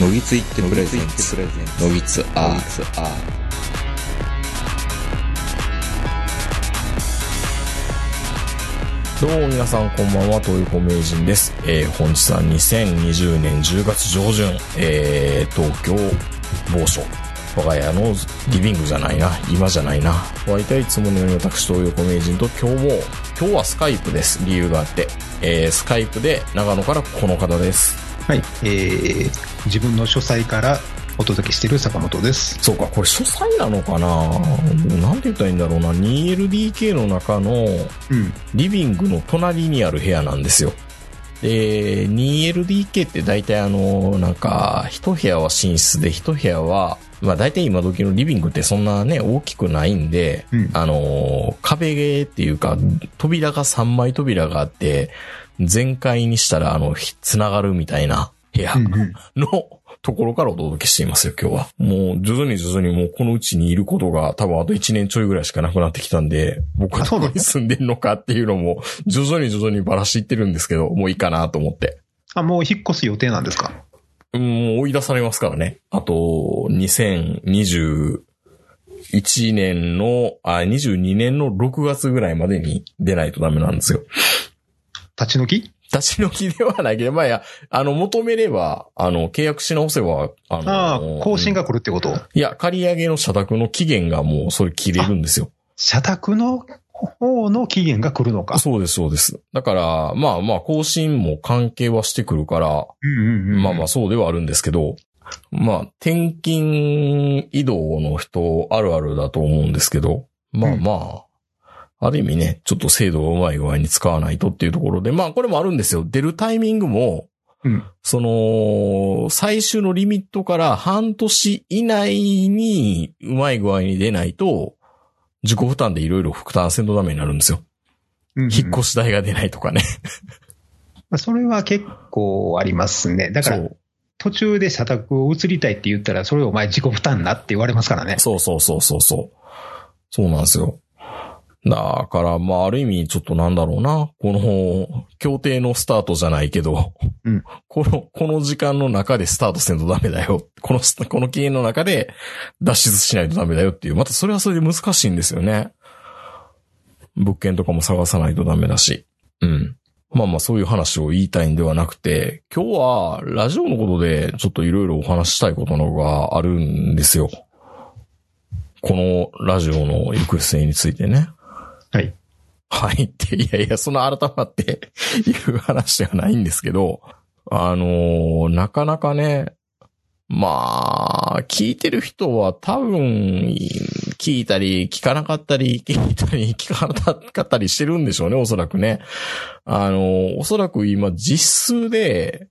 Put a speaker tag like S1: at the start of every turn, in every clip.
S1: のぎついってプレゼンツのぎつアーツア
S2: どうも皆さんこんばんは、東横名人です。えー、本日は2020年10月上旬、えー、東京、某所、我が家のリビングじゃないな、今じゃないな。お会いたいつものように私、東横名人と今日も、今日はスカイプです。理由があって。えー、スカイプで長野からこの方です。
S3: はい、えー、自分の書斎からお届けしている坂本です。
S2: そうか、これ書斎なのかななんて言ったらいいんだろうな。2LDK の中の、
S3: うん。
S2: リビングの隣にある部屋なんですよ。で、2LDK って大体あの、なんか、一部屋は寝室で一部屋は、まあ大体今時のリビングってそんなね、大きくないんで、
S3: うん
S2: あの、壁っていうか、扉が3枚扉があって、全開にしたらあの、ひ繋がるみたいな部屋。
S3: うんうん。
S2: のところからお届けしていますよ、今日は。もう、徐々に徐々にもうこのうちにいることが多分あと1年ちょいぐらいしかなくなってきたんで、僕は
S3: あそ
S2: どこ
S3: うなの
S2: に住んでんのかっていうのも、徐々に徐々にばらしていってるんですけど、もういいかなと思って。
S3: あ、もう引っ越す予定なんですか
S2: うん、もう追い出されますからね。あと、2021年の、あ、22年の6月ぐらいまでに出ないとダメなんですよ。
S3: 立ち退き
S2: 立ち退きではないけど、まあ、いや、あの、求めれば、あの、契約し直せば、あの、
S3: ああ、更新が来るってこと、
S2: いや、借り上げの社宅の期限がもうそれ切れるんですよ。
S3: 社宅の方の期限が来るのか。
S2: そうです、そうです。だから、まあまあ、更新も関係はしてくるから、
S3: うんうんうん。
S2: まあまあ、そうではあるんですけど、まあ、転勤移動の人あるあるだと思うんですけど、まあまあ、ある意味ね、ちょっと制度をうまい具合に使わないとっていうところで、まあこれもあるんですよ。出るタイミングも、
S3: うん
S2: その、最終のリミットから半年以内にうまい具合に出ないと、自己負担でいろいろ負担せんとダメになるんですよ。
S3: うんうん
S2: 引っ越し代が出ないとかね。
S3: まあそれは結構ありますね。だか
S2: そ
S3: ら
S2: う
S3: 途中で社宅を移りたいって言ったら、それお前自己負担なって言われますからね。
S2: そうそうそうそうそう。そうなんですよ。だから、まあ、ある意味、ちょっとなんだろうな。この、協定のスタートじゃないけど、
S3: うん
S2: この、この時間の中でスタートせんとダメだよ。このス、この期限の中で脱出しないとダメだよっていう。またそれはそれで難しいんですよね。物件とかも探さないとダメだし。うん。まあまあそういう話を言いたいんではなくて、今日はラジオのことでちょっといろいろお話ししたいことのがあるんですよ。このラジオの行く末についてね。
S3: はい。
S2: はい って、いやいや、その改まっていう話ではないんですけど、あのーなかなかね、まあ、聞いてる人は多分、聞いたり、聞かなかったり、 聞いたり、聞かなかったりしてるんでしょうね、おそらくね。あのーおそらく今、実数で、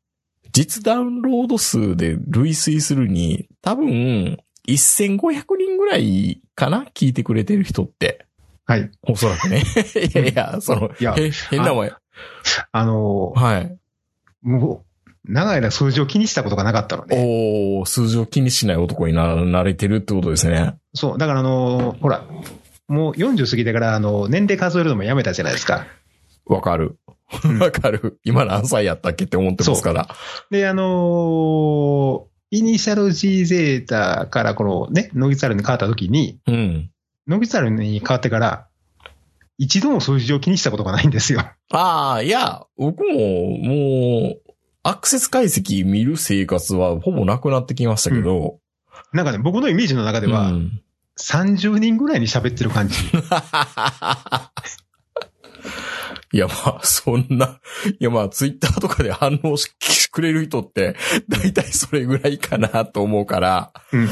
S2: 実ダウンロード数で類推するに、多分、1500人ぐらいかな聞いてくれてる人って。
S3: はい。
S2: おそらくね。 いやいや、その、
S3: いや
S2: へ変なもんや。
S3: あのー、
S2: はい。
S3: もう、長い間数字を気にしたことがなかったので。
S2: おー数字を気にしない男にな慣れてるってことですね。
S3: そう、だからあのー、ほら、もう40過ぎてから、あのー、年齢数えるのもやめたじゃないですか。
S2: わかる。
S3: うん
S2: わかる。今何歳やったっけって思ってますから。
S3: で、あのーイニシャル G ゼータからこのね、ノギツァルに変わった時に、
S2: うん。
S3: ノギツァルに変わってから、一度も数字を気にしたことがないんですよ。
S2: ああ、いや、僕も、もう、アクセス解析見る生活はほぼなくなってきましたけど。
S3: なんかね、僕のイメージの中で
S2: う
S3: は、
S2: ん
S3: 30人ぐらいに喋ってる 感じ。
S2: いや、まあ、そんな、いや、まあ、ツイッターとかで反応してくれる人って、だいたいそれぐらいかなと思うから。
S3: うん。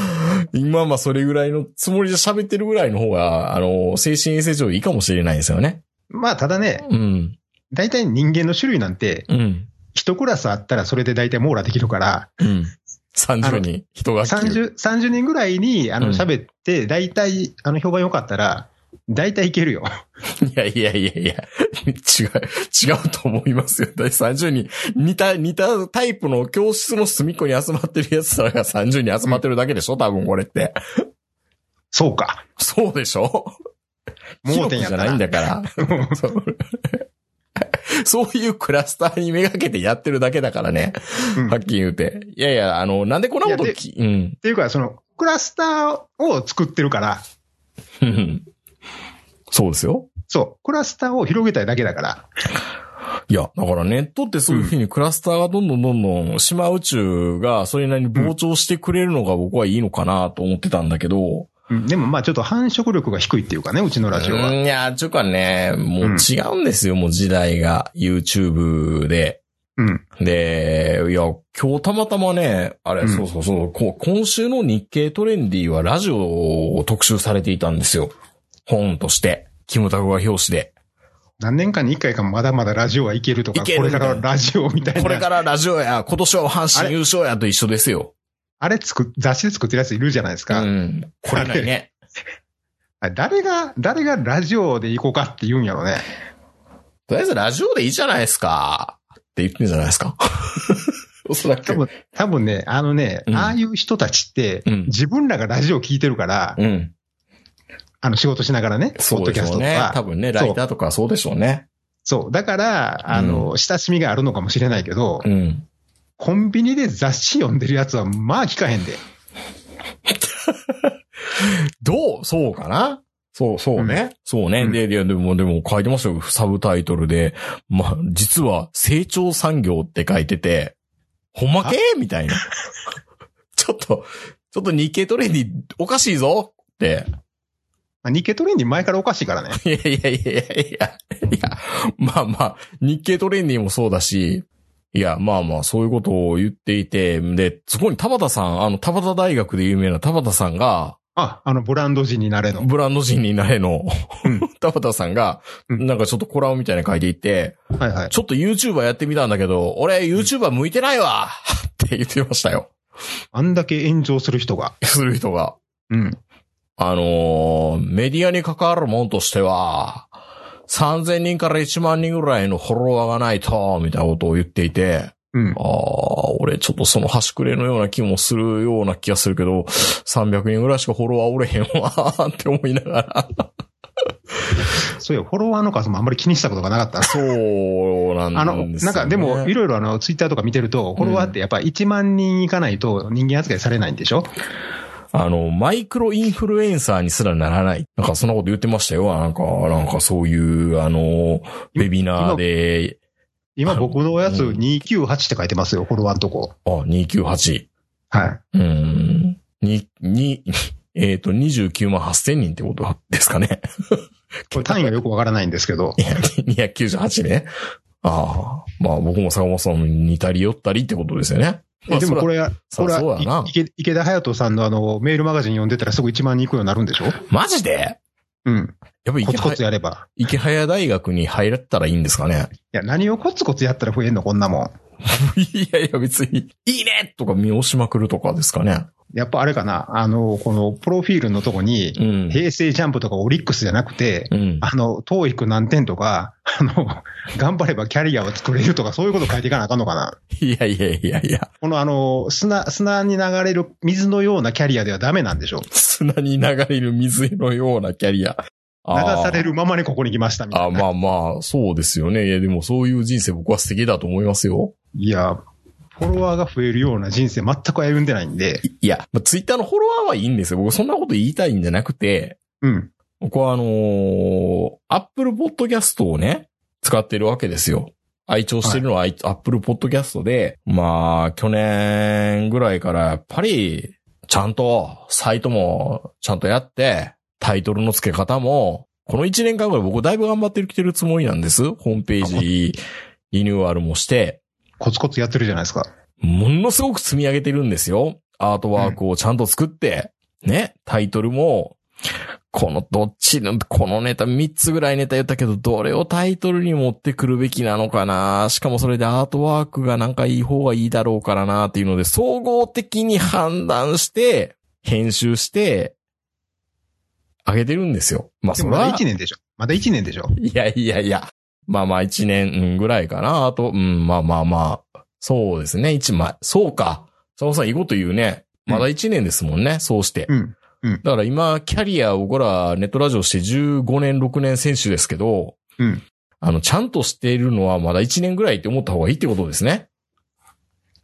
S2: 今はまあそれぐらいのつもりで喋ってるぐらいの方が、あの、精神衛生上いいかもしれないですよね。
S3: まあ、ただね、
S2: うん。
S3: 大体人間の種類なんて、
S2: うん。
S3: 一クラスあったらそれで大体網羅できるから、
S2: うん。30人、人が来る。
S3: 30, 30人ぐらいにあ
S2: うん
S3: の喋って、大体、あの評判良かったら、大体いけるよ。
S2: いやいやいやいや、違う、違うと思いますよ。だい30人、似た、似たタイプの教室の隅っこに集まってるやつらが30人集まってるだけでしょ多分これって。
S3: そうか。
S2: そうでしょ
S3: 盲
S2: 盲
S3: 点
S2: 点
S3: や
S2: じ
S3: った
S2: ゃ
S3: な
S2: ないんだから。そう そういうクラスターにめがけてやってるだけだからね。
S3: うん
S2: はっきり言うて。いやいや、あの、なんでこんなことき、うん。
S3: ていうか、その、クラスターを作ってるから、
S2: うん そうですよ。
S3: そう、クラスターを広げたいだけだから。
S2: いや、だからネットってそういうふうにクラスターがどんどんどんどん島宇宙がそれなりに膨張してくれるのが僕はいいのかなと思ってたんだけど。
S3: うん、でもまあちょっと繁殖力が低いっていうかね、うちのラジオ
S2: う
S3: は。
S2: んいや、ちゅうかね、もううん違うんですよ、もう時代が。YouTube で。
S3: うん。
S2: で、いや、今日たまたまね、あれ、
S3: うん
S2: そうそうそう、こ今週の日経トレンディはラジオを特集されていたんですよ。本として。キムタクが表紙で。
S3: 何年間に一回かまだまだラジオはいけるとか、
S2: いける
S3: これからはラジオみたいな。
S2: これからラジオや、今年は阪
S3: あ
S2: 神
S3: れ
S2: 優勝やと一緒ですよ。
S3: あれ作っ、雑誌で作ってるやついるじゃないです
S2: う
S3: か。
S2: ん。これないね。
S3: あれ誰が、誰がラジオで行こうかって言うんやろね。
S2: とりあえずラジオでいいじゃないですか。って言ってんじゃないですか。 おそら
S3: 多
S2: く。
S3: 分、多分ね、あのね、
S2: うん
S3: ああいう人たちって、
S2: うん
S3: 自分らがラジオ聞いてるから、
S2: うん。
S3: あの仕事しながらね、ポ
S2: そ
S3: ッ
S2: う
S3: ド
S2: で
S3: キ
S2: し
S3: ャス
S2: ょ
S3: ト
S2: う
S3: と
S2: ね。多
S3: か。
S2: 分ね、ライターとかそうでしょうね。
S3: そう。だから、あの、親しみがあるのかもしれないけど、
S2: うん。
S3: コンビニで雑誌読んでるやつは、まあ聞かへんで。
S2: どうそうかなそう、そうね。そうね。
S3: うん
S2: で、で、でも、でも書いてましたよ。サブタイトルで。まあ、実は成長産業って書いてて、ほんまけみ たいな。ちょっと、ちょっと日経トレンディおかしいぞって。
S3: まあ、日経トレンディ前からおかしいからね。
S2: いやいやいやいやいや、いや、まあまあ、日経トレンディもそうだし、いや、まあまあ、そういうことを言っていて、で、そこに田畑さん、あの、田畑大学で有名な田畑さんが、
S3: あ、あの、ブランド人になれの。
S2: ブランド人になれの
S3: うん、
S2: 田畑さんが、
S3: うん
S2: なんかちょっとコラムみたいなの書いていて、
S3: はいはい。
S2: ちょっと YouTuber やってみたんだけど、俺 YouTuber 向いてないわって言ってましたよ。
S3: あんだけ炎上する人が。
S2: する人が。
S3: うん。
S2: あのーメディアに関わるもんとしては、3000人から1万人ぐらいのフォロワーがないと、みたいなことを言っていて、
S3: うん
S2: あ。あ、俺ちょっとその端くれのような気もするような気がするけど、300人ぐらいしかフォロワーおれへんわ、 って思いながら。
S3: そういや、フォロワーの数もあんまり気にしたことがなかったな。
S2: そうなんです
S3: あ
S2: よ、ね。
S3: の、なんかでも、いろいろあの、ツイッターとか見てると、フォロワーってやっぱ1万人いかないと人間扱いされないんでしょ
S2: あの、マイクロインフルエンサーにすらならない。なんかそんなこと言ってましたよ。なんか、なんかそういう、あの、ウェビナーで、
S3: 今僕のやつ
S2: うん
S3: 298って書いてますよ、フォロワーのとこ。
S2: あ、298。
S3: は
S2: う
S3: い。
S2: ん。に、に、 えっ、と、29万8000人ってことですかね。
S3: これ単位がよくわからないんですけど。
S2: 298ね。ああ。まあ僕も坂本さんに似たり寄ったりってことですよね。まあ
S3: えでもこれ、
S2: そ
S3: これ
S2: らそうや
S3: は
S2: な、
S3: い池池田隼人さんのあの、メールマガジン読んでたらすぐ1万人いくようになるんでしょ
S2: マジで
S3: うん。
S2: やっぱ
S3: コ
S2: 池
S3: ツコツ
S2: 早、
S3: やれば。
S2: 池早大学に入られたらいいんですかね。
S3: いや、何をコツコツやったら増えんの、こんなもん。
S2: いやいや別に、いいねとか見押しまくるとかですかね。
S3: やっぱあれかな、あの、このプロフィールのとこに、
S2: うん。
S3: 平成ジャンプとかオリックスじゃなくて、
S2: うん。
S3: あの、トーイック何点とか、あの、頑張ればキャリアを作れるとか、そういうこと書いていかなあかんのかな。
S2: いやいやいやいや。
S3: このあの、砂、砂に流れる水のようなキャリアではダメなんでしょ
S2: 砂に流れる水のようなキャリア。
S3: 流
S2: ああ
S3: されるままにここに来ましたみ た
S2: あ
S3: いな。
S2: まあまあ、そうですよね。いや、でもそういう人生僕は素敵だと思いますよ。
S3: いや、フォロワーが増えるような人生全く歩んでないんで、
S2: いいや、まあ、ツイッターのフォロワーはいいんですよ。僕そんなこと言いたいんじゃなくて、
S3: うん。
S2: 僕はあのー、Apple Podcast をね、使ってるわけですよ。愛聴してるのはアイ Apple Podcast で、まあ、去年ぐらいからやっぱり、ちゃんと、サイトもちゃんとやって、タイトルの付け方も、この1年間ぐらい僕だいぶ頑張ってきてるつもりなんです。ホームページリニューアルもして。
S3: コツコツやってるじゃないですか。
S2: ものすごく積み上げてるんですよ。アートワークをちゃんと作って、ね、タイトルも、このどっちの、このネタ3つぐらいネタ言ったけど、どれをタイトルに持ってくるべきなのかなしかもそれでアートワークがなんかいい方がいいだろうからなっていうので、総合的に判断して、編集して、上げてるんですよ。まあ、
S3: で
S2: そ
S3: も
S2: れ
S3: まだ
S2: は
S3: 1。年でしょ。まだ1年でしょ。
S2: いやいやいや。まあまあ一年ぐらいかな。あと、うん、まあまあまあ。そうですね。一枚。そうか。佐野さん、いいこと言うね。まだ一年ですもんね。そうして
S3: う。ん。
S2: だから今、キャリアを、こら、ネットラジオして15年、6年選手ですけど、
S3: うん
S2: あの、ちゃんとしているのはまだ1年ぐらいって思った方がいいってことですね。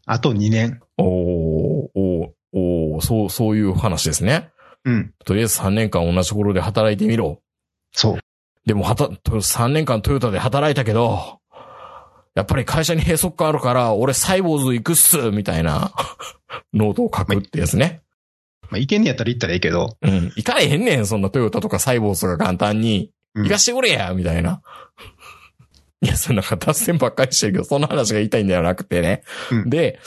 S3: あと2年。
S2: おー、おー、おー、そう、そういう話ですね。
S3: うん。
S2: とりあえず3年間同じところで働いてみろ。
S3: そう。
S2: でもはた、と3年間トヨタで働いたけど、やっぱり会社に閉塞感あるから、俺サイボーズ行くっすみたいな ノートを書くってやつね。
S3: まあ、いけんねやったら行ったらいいけど。
S2: うん。行かれへんねん、そんなトヨタとかサイボーズが簡単に。
S3: うん
S2: 行かしてくれやみたいな。 いや、そんなんか脱線ばっかりしてるけど、その話が言いたいんではなくてね。
S3: うん
S2: で、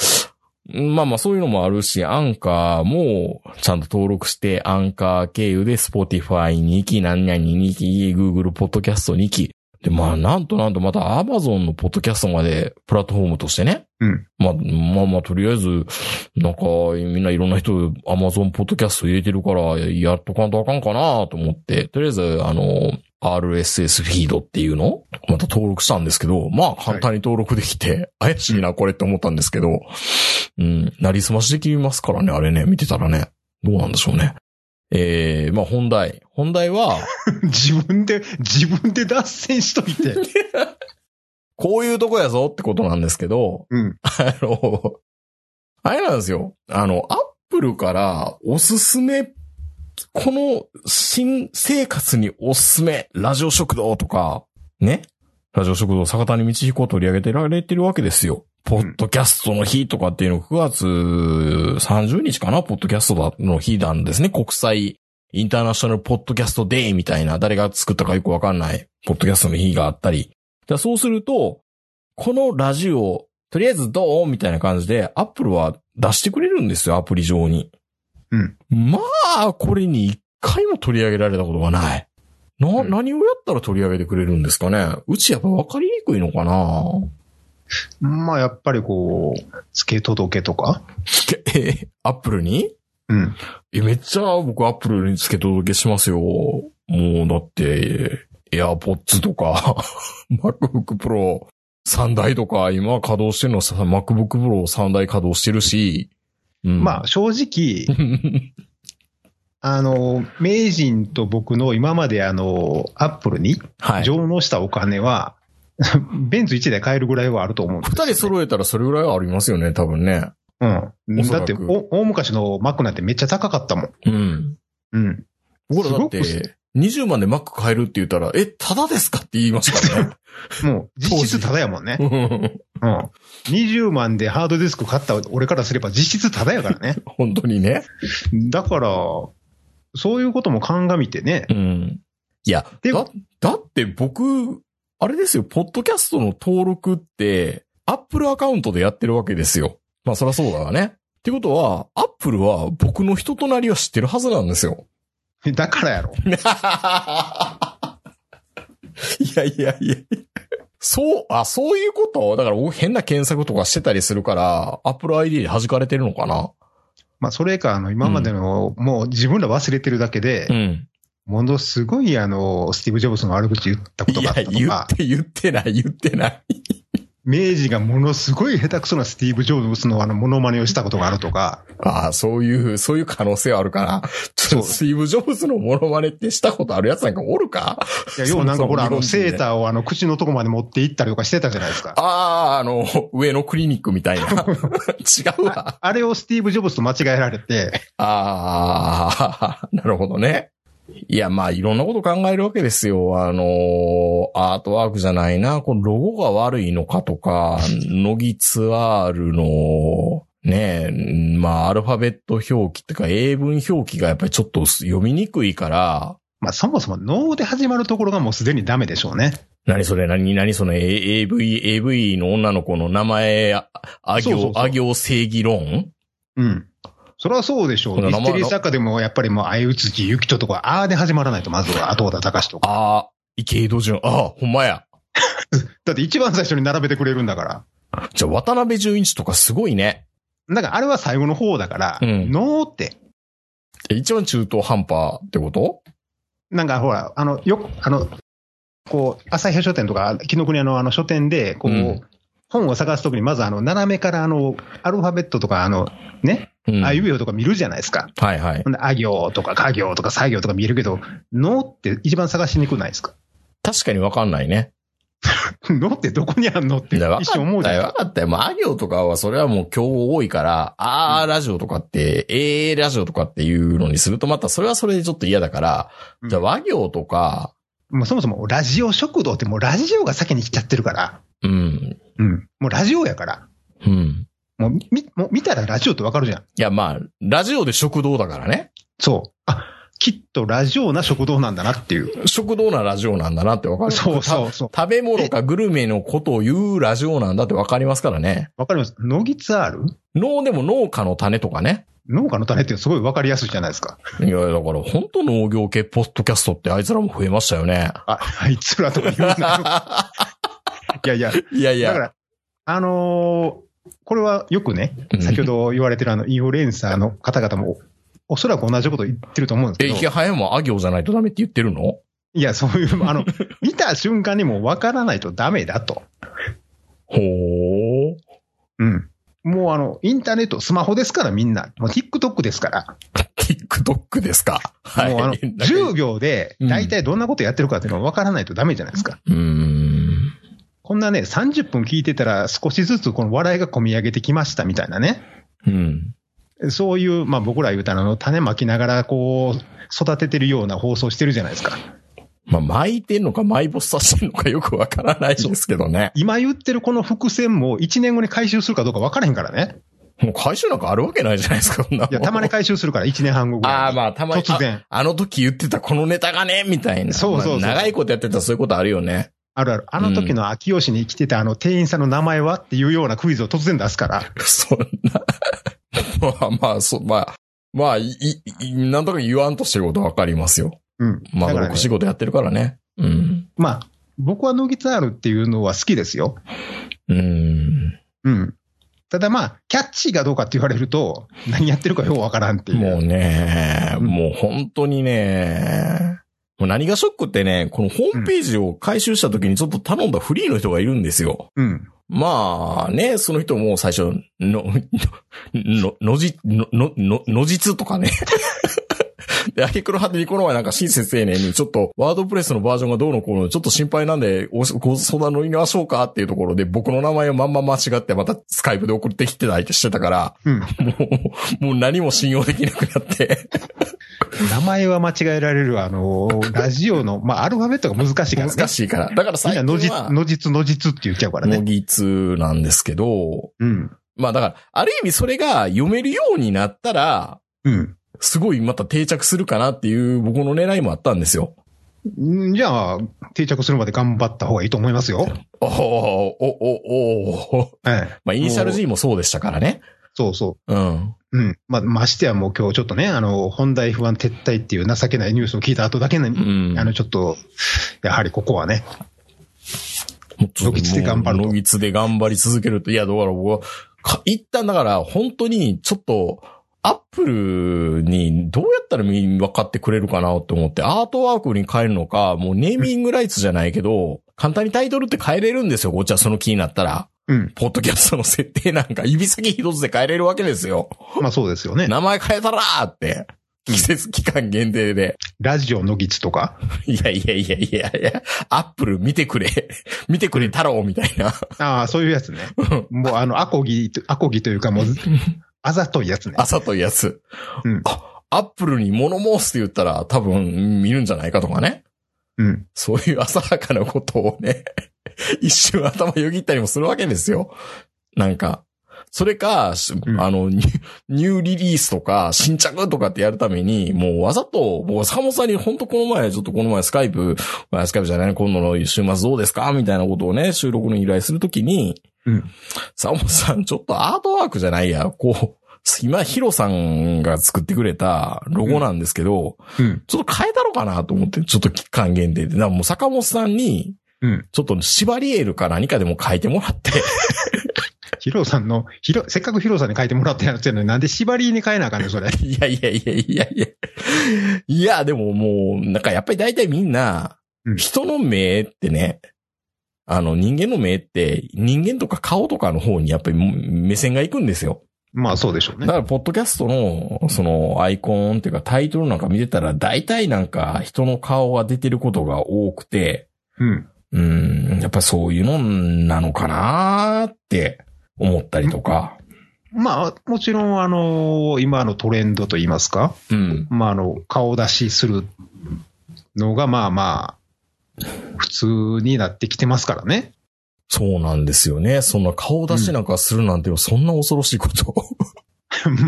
S2: まあまあそういうのもあるし、アンカーもちゃんと登録して、アンカー経由で Spotify に行き、何々に行き、Google ポッドキャストに行き。で、まあなんとなんとまた Amazon のポッドキャストまでプラットフォームとしてね。
S3: うん
S2: まあまあまあとりあえず、なんかみんないろんな人 Amazon ポッドキャスト入れてるから、やっとかんとあかんかなと思って、とりあえずあの、RSS フィードっていうのをまた登録したんですけど、まあ簡単に登録できて、怪しいなこれって思ったんですけど、うん、なりすましできますからね、あれね、見てたらね。どうなんでしょうね。えー、まあ本題。本題は、
S3: 自分で、自分で脱線しといて。
S2: こういうとこやぞってことなんですけど、
S3: うん。
S2: あの、あれなんですよ。あの、アップルからおすすめ、この新生活におすすめ、ラジオ食堂とか、ね。ラジオ食堂、坂谷道彦を取り上げてられてるわけですよ。ポッドキャストの日とかっていうの9月30日かなポッドキャストの日なんですね。国際インターナショナルポッドキャストデイみたいな、誰が作ったかよくわかんない、ポッドキャストの日があったり。だそうすると、このラジオ、とりあえずどうみたいな感じで、アップルは出してくれるんですよ、アプリ上に。
S3: うん。
S2: まあ、これに一回も取り上げられたことがない。な、
S3: うん
S2: 何をやったら取り上げてくれるんですかねうちやっぱ分かりにくいのかな
S3: まあ、やっぱりこう、付け届けとか。
S2: けえ、アップルに
S3: うん。
S2: え、めっちゃ僕アップルに付け届けしますよ。もうだって、AirPods とか、MacBook Pro 3台とか、今稼働してるのさ、MacBook Pro 3台稼働してるし、うん、
S3: まあ、正直、あの、名人と僕の今まであの、アップルに
S2: はい。
S3: 上納したお金は、 ベンツ1台買えるぐらいはあると思うんです
S2: 二人揃えたらそれぐらいはありますよね、多分ね。
S3: うん。
S2: おそ
S3: だ
S2: ら
S3: っ
S2: く
S3: てお、大昔のマックなんてめっちゃ高かったもん。
S2: うん。
S3: うん。
S2: 僕らだっ
S3: す
S2: て、20万で Mac 買えるって言ったら、え、ただですかって言いましたね。
S3: もう、実
S2: 当
S3: 質
S2: 時
S3: ただやもんね。
S2: うん
S3: うん。20万でハードディスク買った俺からすれば実質ただやか らね。
S2: 本当にね。
S3: だから、そういうことも鑑みてね
S2: う。ん。いや、
S3: で
S2: だ、だって僕、あれですよ、ポッドキャストの登録って、アップルアカウントでやってるわけですよ。まあそりゃそうだわね。ってことは、アップルは僕の人となりは知ってるはずなんですよ。
S3: だからやろ。
S2: いやいやいや。そう、あ、そういうことだから僕変な検索とかしてたりするから、Apple ID で弾かれてるのかな
S3: まあ、それか、あの、今までの、もう自分ら忘れてるだけで、
S2: ん。
S3: ものすごい、あの、スティーブ・ジョブズの悪口言ったこ
S2: い
S3: とが
S2: や、
S3: あったと
S2: 言
S3: か
S2: っ、て、言ってない、言ってない。
S3: 明治がものすごい下手くそなスティーブ・ジョブズのあの、モノマネをしたことがあると か、
S2: ああ、そういう、そういう可能性はあるから。ちょっと
S3: そう
S2: スティーブ・ジョブズのモノマネってしたことあるやつなんかおるか
S3: いや、要はなんかほら、あ
S2: そも
S3: の、
S2: そも日本人
S3: セ
S2: ね
S3: ーターをあの、口のとこまで持って行ったりとかしてたじゃないですか。
S2: ああ、あの、上のクリニックみた いな。違うわ。
S3: あれをスティーブ・ジョブズと間違えられて、
S2: ああ、なるほどね。いや、まあ、いろんなこと考えるわけですよ。あのーアートワークじゃないな、このロゴが悪いのかとか、乃木ツアールの、ねえ、まあ、アルファベット表記っていうか、英文表記がやっぱりちょっと読みにくいから、
S3: まあ、そもそも脳で始まるところがもうすでにダメでしょうね。
S2: 何それ何何その A- AV、AV の女の子の名前、ああ
S3: そうそう
S2: 行、
S3: そう
S2: あ行正義論
S3: うん。それはそうでしょ
S2: こ
S3: う。
S2: の
S3: ミ
S2: 名
S3: ス
S2: 前
S3: テリー作家でもやっぱりもう、相内月ゆきととか、あーで始まらないと、まずは、後田隆とか。
S2: ああ、池井戸潤、ああ、ほんまや。
S3: だって一番最初に並べてくれるんだから。
S2: じゃあ、渡辺淳一とかすごいね。
S3: だからあれは最後の方だから、
S2: うん
S3: 脳って、
S2: え一番中途半端ってこと
S3: なんかほら、あの、よく、あの、こう、朝日屋書店とか、紀ノ国屋のあの書店で、こう、
S2: うん
S3: 本を探すときに、まずあの、斜めからあの、アルファベットとか、あの、ね、
S2: うん。
S3: あいうえおとか見るじゃないですか。
S2: はいはい。
S3: ほんであ行とか、か行とか、作行とか見えるけど、脳って一番探しにくくないですか
S2: 確かにわかんないね。
S3: のってどこにあんのって
S2: いや、分
S3: 一
S2: か
S3: 瞬思
S2: っ
S3: う
S2: た
S3: じゃ
S2: よ、
S3: ん。
S2: 分かったよ。もう、あ行とかは、それはもう競合多いから、あーラジオとかって、えーラジオとかっていうのにするとまた、それはそれでちょっと嫌だから、
S3: うん
S2: じゃあ和行とか、
S3: もうそもそもラジオ食堂ってもうラジオが先に来ちゃってるから。
S2: うん、
S3: うん。もうラジオやから。
S2: うん。
S3: もうみ、もう見たらラジオってわかるじゃん。
S2: いや、まあ、ラジオで食堂だからね。
S3: そう。あ、きっとラジオな食堂なんだなっていう。
S2: 食堂なラジオなんだなって分かる。
S3: そうそうそう。
S2: 食べ物かグルメのことを言うラジオなんだって分かりますからね。
S3: わかります。ノギツアール
S2: 農でも農家の種とかね。
S3: 農家の種ってすごいわかりやすいじゃないですか。
S2: いや、だから本当農業系ポッドキャストってあいつらも増えましたよね。
S3: あ、あいつらとか言うな。いや いや、
S2: いやいや。
S3: だから、あのーこれはよくね、
S2: うん
S3: 先ほど言われてるあの、インフルエンサーの方々も、おそらく同じこと言ってると思うん
S2: え、
S3: ですけ
S2: 池
S3: ど、
S2: 早もあ行じゃないとダメって言ってるの
S3: いや、そういう、あの、 見た瞬間にもう分からないとダメだと。
S2: ほー。
S3: うん。もうあの、インターネット、スマホですからみんな、もう TikTok ですから、
S2: TikTok ですか。はい。
S3: もうあ
S2: な
S3: の、
S2: んか
S3: 10秒で、
S2: うん
S3: 大体どんなことやってるかっていうのは分からないとダメじゃないですか。
S2: うーん。
S3: こんなね、30分聞いてたら少しずつこの笑いが込み上げてきましたみたいなね。
S2: うん。
S3: そういう、まあ僕ら言うたらあの、種まきながらこう、育ててるような放送してるじゃないですか。
S2: まあ、巻いてんのか、マイボスさしてんのかよくわからないですけどね。
S3: 今言ってるこの伏線も1年後に回収するかどうか分からへんからね。
S2: もう回収なんかあるわけないじゃないですか、こんなもん
S3: いや、たまに回収するから1年半後ぐらいに。
S2: ああ、まあ、たまに。
S3: 突然
S2: あ。あの時言ってたこのネタがね、みたいな。
S3: そうそうそう
S2: まあ長いことやってたらそういうことあるよね。
S3: あるある。あの時の秋吉に来てたあの店員さんの名前はっていうようなクイズを突然出すから。
S2: そんな。まあまあ、そう、まあ、まあ、い、い、いなんとか言わんとしてることわかりますよ。
S3: うん。
S2: まあ、
S3: だから
S2: 僕
S3: ね
S2: 仕事やってるからね。うん。
S3: まあ、僕はノギツアールっていうのは好きですよ。
S2: うん。
S3: うん。ただまあ、キャッチーかどうかって言われ ると、何やってるかよう分からんっていう。
S2: もうね、
S3: うん
S2: もう本当にね、もう何がショックってね、このホームページを回収した時にちょっと頼んだフリーの人がいるんですよ。
S3: うん。
S2: まあね、その人も最初、の、の、のじ、の、の、の、の実とかね。 で、アげクロ果てにこの前なんか親切丁寧にちょっとワードプレスのバージョンがどうのこうのちょっと心配なんでおご相談乗りましょうかっていうところで僕の名前をまんま間違ってまたスカイプで送ってきてた相手してたから、
S3: うん。
S2: もう、 もう何も信用できなくなって、
S3: 名前は間違えられる、あの、ラジオの、まあ、アルファベットが難しいからね。
S2: 難しいから。だから
S3: みん
S2: 最
S3: な、
S2: 近
S3: のじ、
S2: は、
S3: のじつ、のじつって言っちゃうから
S2: の
S3: ね。
S2: ぎつなんですけど、
S3: うん。
S2: まあだから、ある意味それが読めるようになったら、
S3: うん
S2: すごいまた定着するかなっていう僕の狙いもあったんですよ。
S3: うん。じゃあ、定着するまで頑張った方がいいと思いますよ。
S2: おーお、お、お、
S3: ええ。
S2: まあイニシャル G もそうでしたからね。
S3: そうそ
S2: うん。
S3: う。うん。まあ、ましてやもう今日ちょっとね、あの、本題不安撤退っていう情けないニュースを聞いた後だけ
S2: う
S3: に、
S2: ん。
S3: あの、ちょっと、やはりここ はね、
S2: もうちょっと
S3: のぎつで頑張ると
S2: もうのぎつで頑張り続けると。いや、だから僕は、か一旦だから本当にちょっと、アップルにどうやったらみ分かってくれるかなと思って、アートワークに変えるのか、もうネーミングライツじゃないけど、簡単にタイトルって変えれるんですよ、こっちはその気になったら。
S3: うん。
S2: ポッドキャストの設定なんか指先一つで変えれるわけですよ。
S3: まあそうですよね。
S2: 名前変えたらーって。季節期間限定で。
S3: ラジオのぎつとか。
S2: いやいやいやいやいや、アップル見てくれ。 見てくれ太郎みたいな。
S3: ああ、そういうやつね。もうあの、アコギと、アコギというかもう、あざといやつね。
S2: 朝というやつ。
S3: うん
S2: あアップルに物申すって言ったら多分見るんじゃないかとかね。
S3: うん。
S2: そういう浅はかなことをね、 一瞬頭よぎったりもするわけですよ。なんか。それか、し
S3: うん
S2: あの、ニュニューリリースとか、新着とかってやるために、もうわざと、もう坂本さんに本当この前、ちょっとこの前スカイプ、まあスカイプじゃない、今度の週末どうですかみたいなことをね、収録の依頼するときに、
S3: うん。
S2: 坂本さん、ちょっとアートワークじゃないや、こう、今、ヒロさんが作ってくれたロゴなんですけど、
S3: うん。
S2: ちょっと変えたのかなと思って、ちょっと期間限定で。なんかもう坂本さんに、
S3: うん。
S2: ちょっとシバリエルか何かでも書いてもらって、
S3: ヒロさんの、ヒロ、せっかくヒロさんに書いてもらったやつやのになんで縛りに変えなあかんねんそれ。
S2: いやいやいやいやいや。いや、でももう、なんかやっぱり大体みんな
S3: う、ん
S2: 人の目ってね、あの人間の目って、人間とか顔とかの方にやっぱりもう目線が行くんですよ。
S3: まあそうでしょう
S2: だ
S3: ね
S2: か。ら、ポッドキャストの、その、アイコンっていうかタイトルなんか見てたら、大体なんか人の顔が出てることが多くて、
S3: うん。
S2: うん、やっぱそういうのなのかなーって思ったりとか。
S3: まあ、もちろん、あの、今のトレンドといいますか、
S2: うん。
S3: まあ、あの、顔出しするのが、まあまあ、普通になってきてますからね。
S2: そうなんですよね。そんな顔出しなんかするなんて、そんな恐ろしいこと。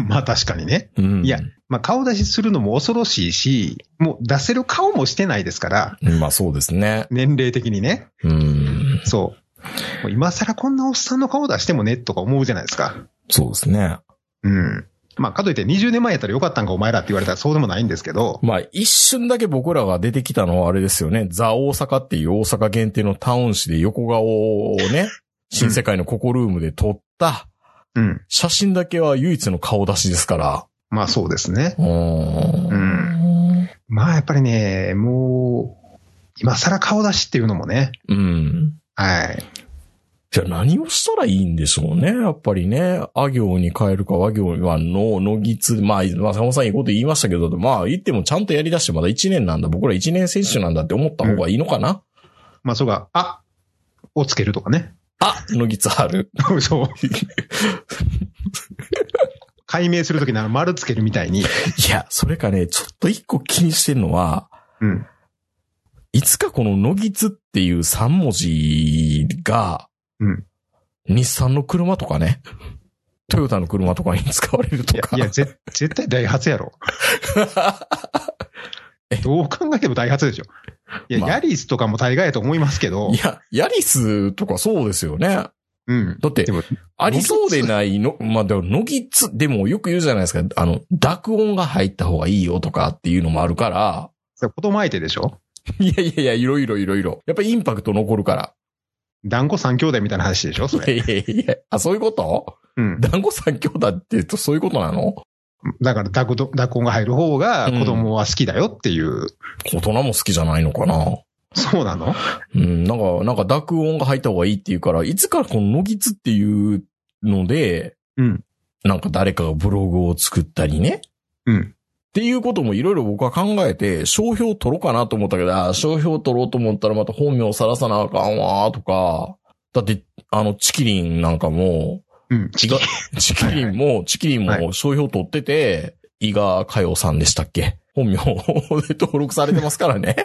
S3: まあ確かにね。
S2: うん。
S3: いやまあ顔出しするのも恐ろしいし、もう出せる顔もしてないですから、
S2: まあそうですね。
S3: 年齢的にね。
S2: うん。
S3: そう。もう今更こんなおっさんの顔出してもね、とか思うじゃないですか。
S2: そうですね。
S3: うん。まあ、かといって20年前やったらよかったんかお前らって言われたらそうでもないんですけど、
S2: まあ一瞬だけ僕らが出てきたのはあれですよね。ザ・大阪っていう大阪限定のタウン市で横顔をね、新世界のココルームで撮った
S3: うん。
S2: 写真だけは唯一の顔出しですから。
S3: まあそうですね。
S2: うーん。
S3: まあやっぱりね、もう、今更顔出しっていうのもね、
S2: うん。
S3: はい。
S2: じゃあ何をしたらいいんでしょうね。やっぱりね。あ行に変えるか和行はの、のぎつ、まあ、まあ、坂本さんいいこと言いましたけど、まあ、言ってもちゃんとやり出してまだ1年なんだ。僕ら1年選手なんだって思った方がいいのかな、
S3: まあそうか、あをつけるとかね。
S2: あ、のぎつある。
S3: そう。解明するときなら丸つけるみたい に。
S2: いや、それかね、ちょっと一個気にしてるのは、
S3: うん。
S2: いつかこののぎつっていう3文字が、
S3: うん
S2: 日産の車とかね、 トヨタの車とかに使われると
S3: いや
S2: か。、
S3: いやぜ絶対ダイハ ツやろ。どう考えてもダイハツでしょ。いや、
S2: まあ
S3: ヤリスとかも大概やと思いますけど
S2: い、や、ヤリスとかそうですよね。だ
S3: うん。
S2: って
S3: で、も、
S2: ありそうでないの、まあ、でも、のぎつ、でもよく言うじゃないですか、あの、濁音が入った方がいいよとかっていうのもあるから、
S3: それ子供相手でしょ
S2: いやいやいや、いろいろいろいろ。やっぱりインパクト残るから。
S3: 団子三兄弟みたいな話でしょそれ。
S2: いやいやいや、あ、そういうこと
S3: うん。
S2: 団子三兄弟って言うとそういうことなの
S3: だから、濁音濁音が入る方が子供は好きだよっていう。
S2: 大人も好きじゃないのかな
S3: そうなの
S2: うん、なんか、なんか濁音が入った方がいいっていうから、いつからこののぎつっていうので、
S3: うん。
S2: なんか誰かがブログを作ったりね。
S3: うん。
S2: っていうこともいろいろ僕は考えて、商標取ろうかなと思ったけど、あー商標取ろうと思ったらまた本名を晒さなあかんわーとか、だって、あの、チキリンなんかも、
S3: うん。
S2: 伊賀チキリンも、チキリン
S3: は
S2: も商標取ってて、伊賀佳代さんでしたっけ本名 で登録されてますからね。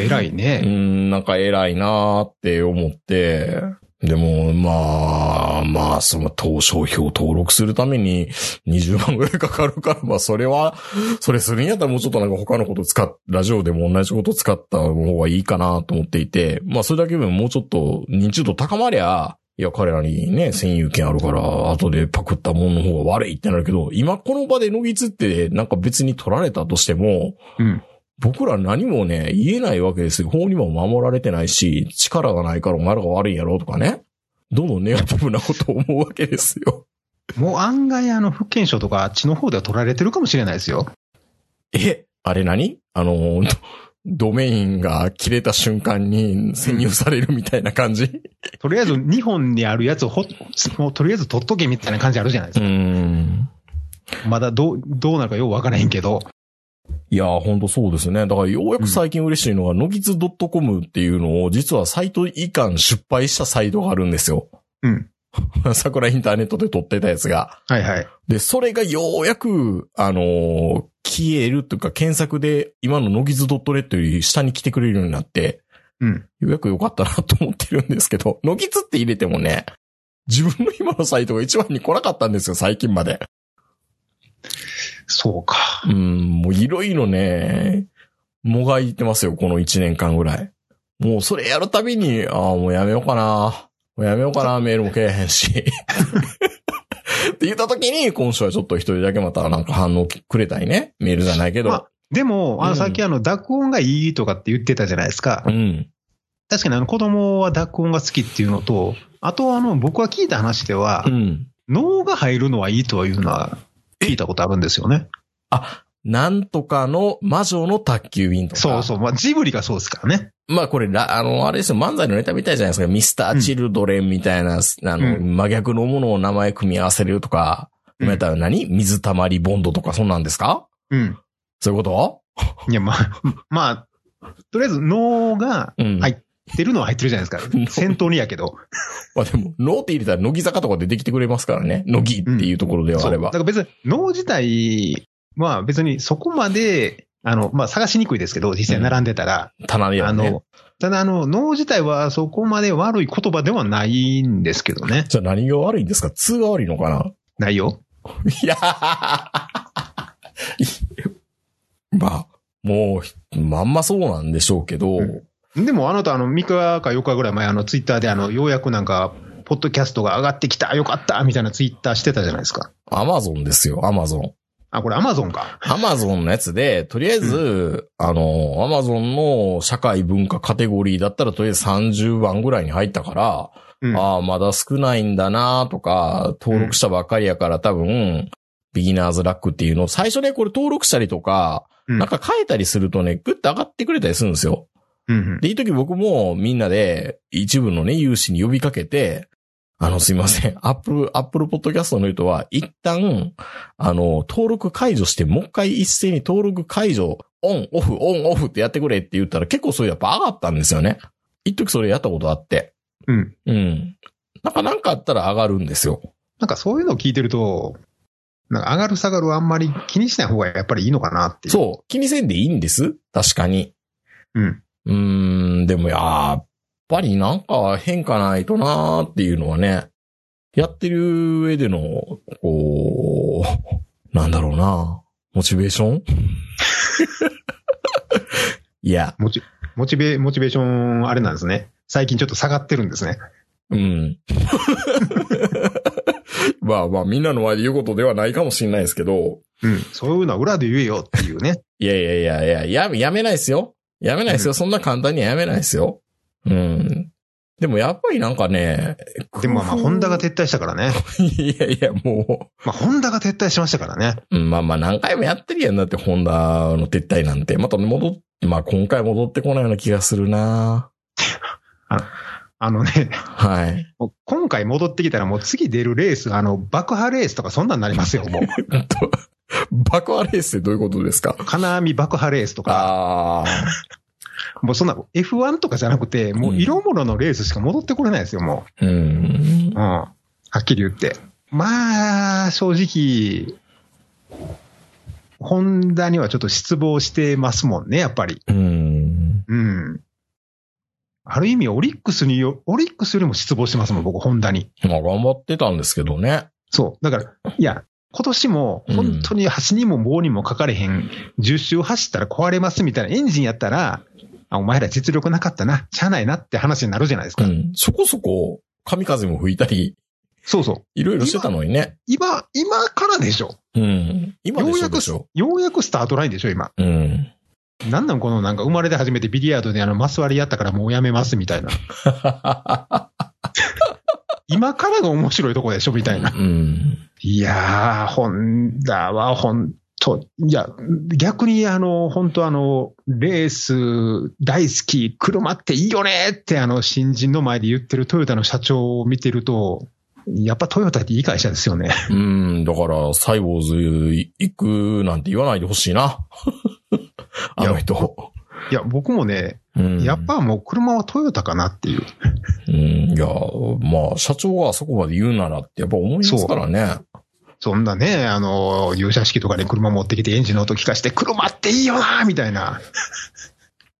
S3: 偉いうね。
S2: ん、なんか偉いなーって思って、でも、まあ、まあ、その、当商標登録するために20万ぐらいかかるから、まあ、それは、それするんやったらもうちょっとなんか他のこと使っ、ラジオでも同じこと使った方がいいかなと思っていて、まあ、それだけでももうちょっと認知度高まりゃ、いや、彼らにね、占有権あるから、後でパクったものの方が悪いってなるけど、今この場でのぎつって、なんか別に取られたとしても、
S3: うん。
S2: 僕ら何もね、言えないわけですよ。法にも守られてないし、力がないからお前らが悪いんやろとかね。どんどんネガティブなことを思うわけですよ。
S3: もう案外、あの、福建省とかあっちの方では取られてるかもしれないですよ。
S2: え、あれ何あの、ドドメインが切れた瞬間に潜入されるみたいな感じ
S3: とりあえず、日本にあるやつをほ、もうとりあえず取っとけみたいな感じあるじゃないですか。
S2: ん。
S3: まだどう、どうなるかようわからへんけど。
S2: いやー、ほんとそうですね。だからようやく最近嬉しいのは、のぎつ .com っていうのを、実はサイト以下失敗したサイトがあるんですよ。
S3: うん。
S2: 桜インターネットで撮ってたやつが。
S3: はいはい。
S2: で、それがようやく、あのー消えるというか、検索で今の乃木図 .net より下に来てくれるようになって、
S3: うん。
S2: ようやく良かったなと思ってるんですけど、乃木図って入れてもね、自分の今のサイトが一番に来なかったんですよ、最近まで。
S3: そうか。
S2: うん、もういろいろね、もがいてますよ、この1年間ぐらい。もうそれやるたびに、ああ、もうやめようかな。もうやめようかな、メールもけえへんし。 って言った時に、今週はちょっと一人だけまたなんか反応くれたりね。メールじゃないけど。
S3: まあでも、あ
S2: う
S3: の、
S2: ん
S3: さっきあの、濁音がいいとかって言ってたじゃないですか
S2: う。ん。
S3: 確かにあの、子供は濁音が好きっていうのと、あとあの、僕が聞いた話では
S2: う、ん。
S3: 脳が入るのはいいというのは聞いたことあるんですよね。
S2: なんとかの魔女の宅急便とか。
S3: そうそう。まあ、ジブリがそうですからね。
S2: まあこれら、あの、あれですよ、漫才のネタみたいじゃないですか。ミスター・チルドレンみたいな、あの、
S3: う
S2: 真逆のものを名前組み合わせるとか、
S3: うん
S2: 今やったら何水溜りボンドとか、そんなんですか
S3: うん。
S2: そういうこと
S3: いや、まあ、まあ、とりあえず脳が
S2: うん。
S3: はいてるのは入ってるじゃないですか。先頭にやけど。
S2: まあでも、ノーって入れたら乃木坂とか出てきてくれますからね。乃木っていうところでは
S3: そ
S2: あ
S3: う。
S2: れ
S3: だ
S2: ば
S3: か。ら別に脳自体は別にそこまで、あの、まあ探しにくいですけど、実際並んでたら。
S2: 棚でや
S3: あ
S2: ね。
S3: の、ただあの、脳自体はそこまで悪い言葉ではないんですけどね。
S2: じゃあ何が悪いんですか ?2 が悪いのか な
S3: 内容。
S2: い やまあ、もう、まんまそうなんでしょうけど、
S3: うんでもあなたあの、3日か4日ぐらい前、あの、ツイッターであの、ようやくなんか、ポッドキャストが上がってきた、よかった、みたいなツイッターしてたじゃないですか。
S2: アマゾンですよ、アマゾン。
S3: あ、これアマゾンか。
S2: アマゾンのやつで、とりあえず、あの、アマゾンの社会文化カテゴリーだったらとりあえず30番ぐらいに入ったから、
S3: うん。
S2: ああ、まだ少ないんだなとか、登録者ばっかりやから多分、ビギナーズラックっていうのを最初ね、これ登録したりとか、
S3: うん
S2: なんか変えたりするとね、グッと上がってくれたりするんですよ。
S3: うんうん。
S2: で、いい時僕もみんなで一部のね、有志に呼びかけて、あの、すいません。ア ップル、アップルポッドキャストの人は、一旦、あの、登録解除して、もう一回一斉に登録解除、オン、オフ、オン、オフってやってくれって言ったら、結構それやっぱ上がったんですよね。一時それやったことあって。
S3: うん。
S2: うん。なんか、なんかあったら上がるんですよ。
S3: なんかそういうのを聞いてると、なんか上がる下がるはあんまり気にしない方がやっぱりいいのかなっていう。
S2: そう。気にせんでいいんです。確かに。
S3: うん。
S2: うーん、でもやっぱりなんか変化ないとなーっていうのはね、やってる上での、こう、なんだろうな、モチベーション いや、
S3: モチ、モチベ、モチベーション、あれなんですね。最近ちょっと下がってるんですね。
S2: うん。 まあまあ、みんなの前で言うことではないかもしれないですけど、
S3: うん。そういうのは裏で言えよっていう ね。
S2: いやいやいやいや、や、やめないですよ。やめないですよ。
S3: うん
S2: そんな簡単にはやめないですよ。うん。でもやっぱりなんかね、
S3: でもまあ、
S2: 工夫
S3: ホンダが撤退したからね。
S2: いやいや、も
S3: まあ、ホンダが撤退しましたからね。
S2: う、うんまあまあ何回もやってるやんだって、ホンダの撤退なんて。また戻って、まあ今回戻ってこないような気がするな
S3: あのね、
S2: はい。
S3: もう今回戻ってきたらもう次出るレース、あの、爆破レースとかそんなんなりますよ、もう。
S2: と爆破レースってどういうことですか
S3: 金網爆破レースと か、
S2: ああ。
S3: もうそんな F1 とかじゃなくて、もう色物のレースしか戻ってこれないですよ、も
S2: うん
S3: う。う。ん。はっきり言って。まあ、正直、ホンダにはちょっと失望してますもんね、やっぱり。
S2: うん。
S3: うん。ある意味、オリックスによ、オリックスよりも失望してますもん、僕、ホンダに。
S2: まあ頑張ってたんですけどね。
S3: そう。だから、いや、今年も
S2: うん
S3: 本当に橋にも棒にもかかれへん、10周走ったら壊れますみたいなエンジンやったら、あ、お前ら実力なかったな、しゃあないなって話になるじゃないで
S2: う
S3: すか。
S2: ん。そこそこ、神風も吹いたり、
S3: そうそう。
S2: いろいろしてたのにね。
S3: 今、今からでしょ。
S2: うん。今で
S3: よう
S2: しょ
S3: やく
S2: でしょ、
S3: ようやくスタートラインでしょ、今。
S2: うん。
S3: なんなんこのなんか生まれて初めてビリヤードであのマス割りやったからもうやめますみたいな。今からが面白いとこでしょ、みたいな。
S2: うん。
S3: いやー、ホンダは本当、いや、逆にあの、本当あの、レース大好き、車っていいよねってあの、新人の前で言ってるトヨタの社長を見てると、やっぱトヨタっていい会社ですよね。
S2: うん、だから、サイボーズ行くなんて言わないでほしいな。あの人。
S3: いや、僕もね、
S2: うん
S3: やっ。ぱもう車はトヨタかなっていう。
S2: うん、いや、まあ、社長があそこまで言うならってやっぱ思いますからね。
S3: そんなね、あの、入社式とかに車持ってきてエンジンの音聞かして、車っていいよなみたいな。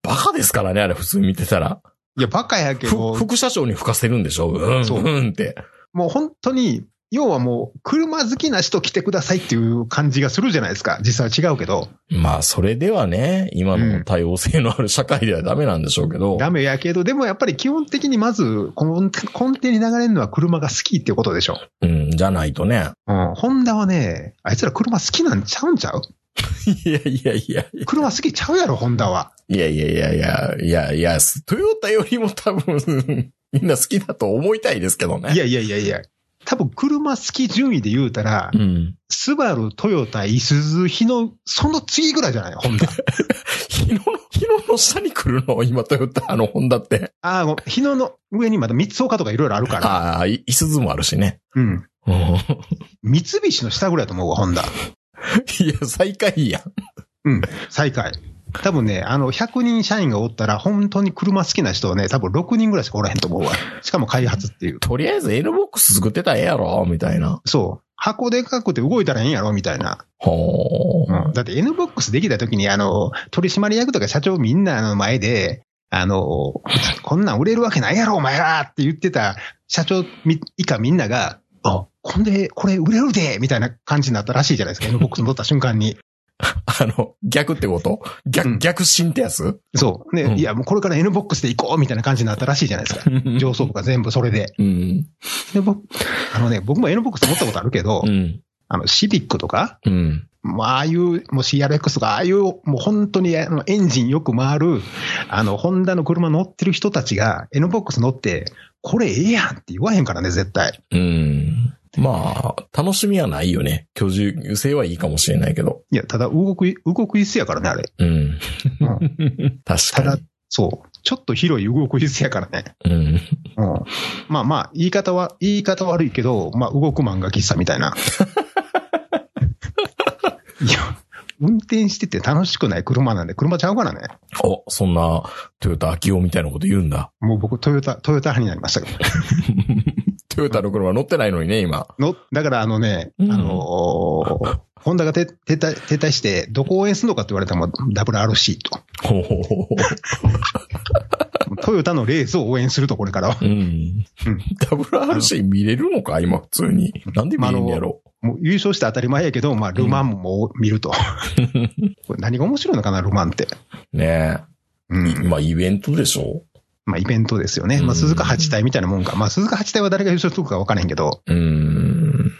S2: バカですからね、あれ普通に見てたら。
S3: いや、バカやけ
S2: ふ
S3: ど、
S2: 副社長に吹かせるんでしょうん、
S3: そう
S2: うんって。
S3: もう本当に、要はもう、車好きな人来てくださいっていう感じがするじゃないですか。実際は違うけど。
S2: まあ、それではね、今の多様性のある社会ではダメなんでしょうけど。
S3: ダメやけど、でもやっぱり基本的にまず、この根底に流れるのは車が好きっていうことでしょ。
S2: うん、じゃないとね。
S3: うん。ホンダはね、あいつら車好きなんちゃうんちゃう
S2: いやいやいや
S3: 車好きちゃうやろ、ホンダは。
S2: いやいやいやいや、いやいや、トヨタよりも多分、みんな好きだと思いたいですけどね。
S3: いやいやいやいや。多分車好き順位で言うたら、
S2: うん。
S3: スバル、トヨタ、イスズ、日の、その次ぐらいじゃない ホンダ。
S2: 日野の、日野の下に来るの今トヨタ、あの、ホンダって。
S3: ああ、ごめん日野の上にまた三つ岡とかいろいろあるから。
S2: ああ、い、いすずもあるしね。
S3: うん。
S2: うん。
S3: 三菱の下ぐらいだと思うわ、ホンダ。
S2: いや、最下位やん。
S3: うん。最下位。多分ね、あの、100人社員がおったら、本当に車好きな人はね、多分6人ぐらいしかおらへんと思うわ。しかも開発っていう。
S2: とりあえず N ボックス作ってたらええやろみたいな。
S3: そう。箱でかくて動いたらええんやろみたいな。
S2: ほー。
S3: うん。だって NBOX できた時に、あの、取締役とか社長みんなの前で、あの、こんなん売れるわけないやろ、お前らって言ってた社長み以下みんなが、あ、こんで、これ売れるでみたいな感じになったらしいじゃないですか。NBOX に乗った瞬間に。
S2: あの、逆ってこと逆、
S3: うん
S2: 逆進ってやつ
S3: そう。ね、
S2: うん
S3: いや、もうこれから NBOX で行こうみたいな感じになったらしいじゃないですか。上層部が全部それで。
S2: うん。
S3: で、僕、あのね、僕も NBOX 持ったことあるけど、
S2: うん。
S3: あの、シビックとか、
S2: うん。
S3: まあ、ああいう、もう CRX とか、ああいう、もう本当にあのエンジンよく回る、あの、ホンダの車乗ってる人たちが、NBOX 乗って、これええやんって言わへんからね、絶対。
S2: うん。まあ、楽しみはないよね。居住性はいいかもしれないけど。
S3: いや、ただ動く、動く椅子やからね、あれ。
S2: うん。
S3: うん、
S2: 確か
S3: ただ、そう。ちょっと広い動く椅子やからね。
S2: に。うん。
S3: うん。まあまあ、言い方は、言い方悪いけど、まあ、動く漫画喫茶みた いな。いや、運転してて楽しくない車なんで、車ちゃうからね。
S2: お、そんな、トヨタ秋夫みたいなこと言うんだ。
S3: もう僕、トヨタ、トヨタ派になりましたけど。
S2: トヨタの車乗ってないのにね、今。
S3: の、だからあのね、
S2: うん
S3: あのーホンダがて撤退、撤退して、どこを応援するのかって言われたらもう WRC と。
S2: ほうほうほうほ
S3: トヨタのレースを応援すると、これからは。
S2: う。うん。WRC 見れるのか今普通に。なんで見れるんやろ
S3: もう優勝して当たり前やけど、まあ、ルマンも見ると。 これ何が面白いのかな、ルマンって。
S2: ね
S3: う
S2: え。
S3: ん。
S2: まあ、イベントでしょ
S3: まあ、イベントですよね。ま
S2: う
S3: あ、
S2: ん
S3: 鈴鹿八体みたいなもんか。まあ、鈴鹿八体は誰が優勝するか分からへんけど、
S2: うん。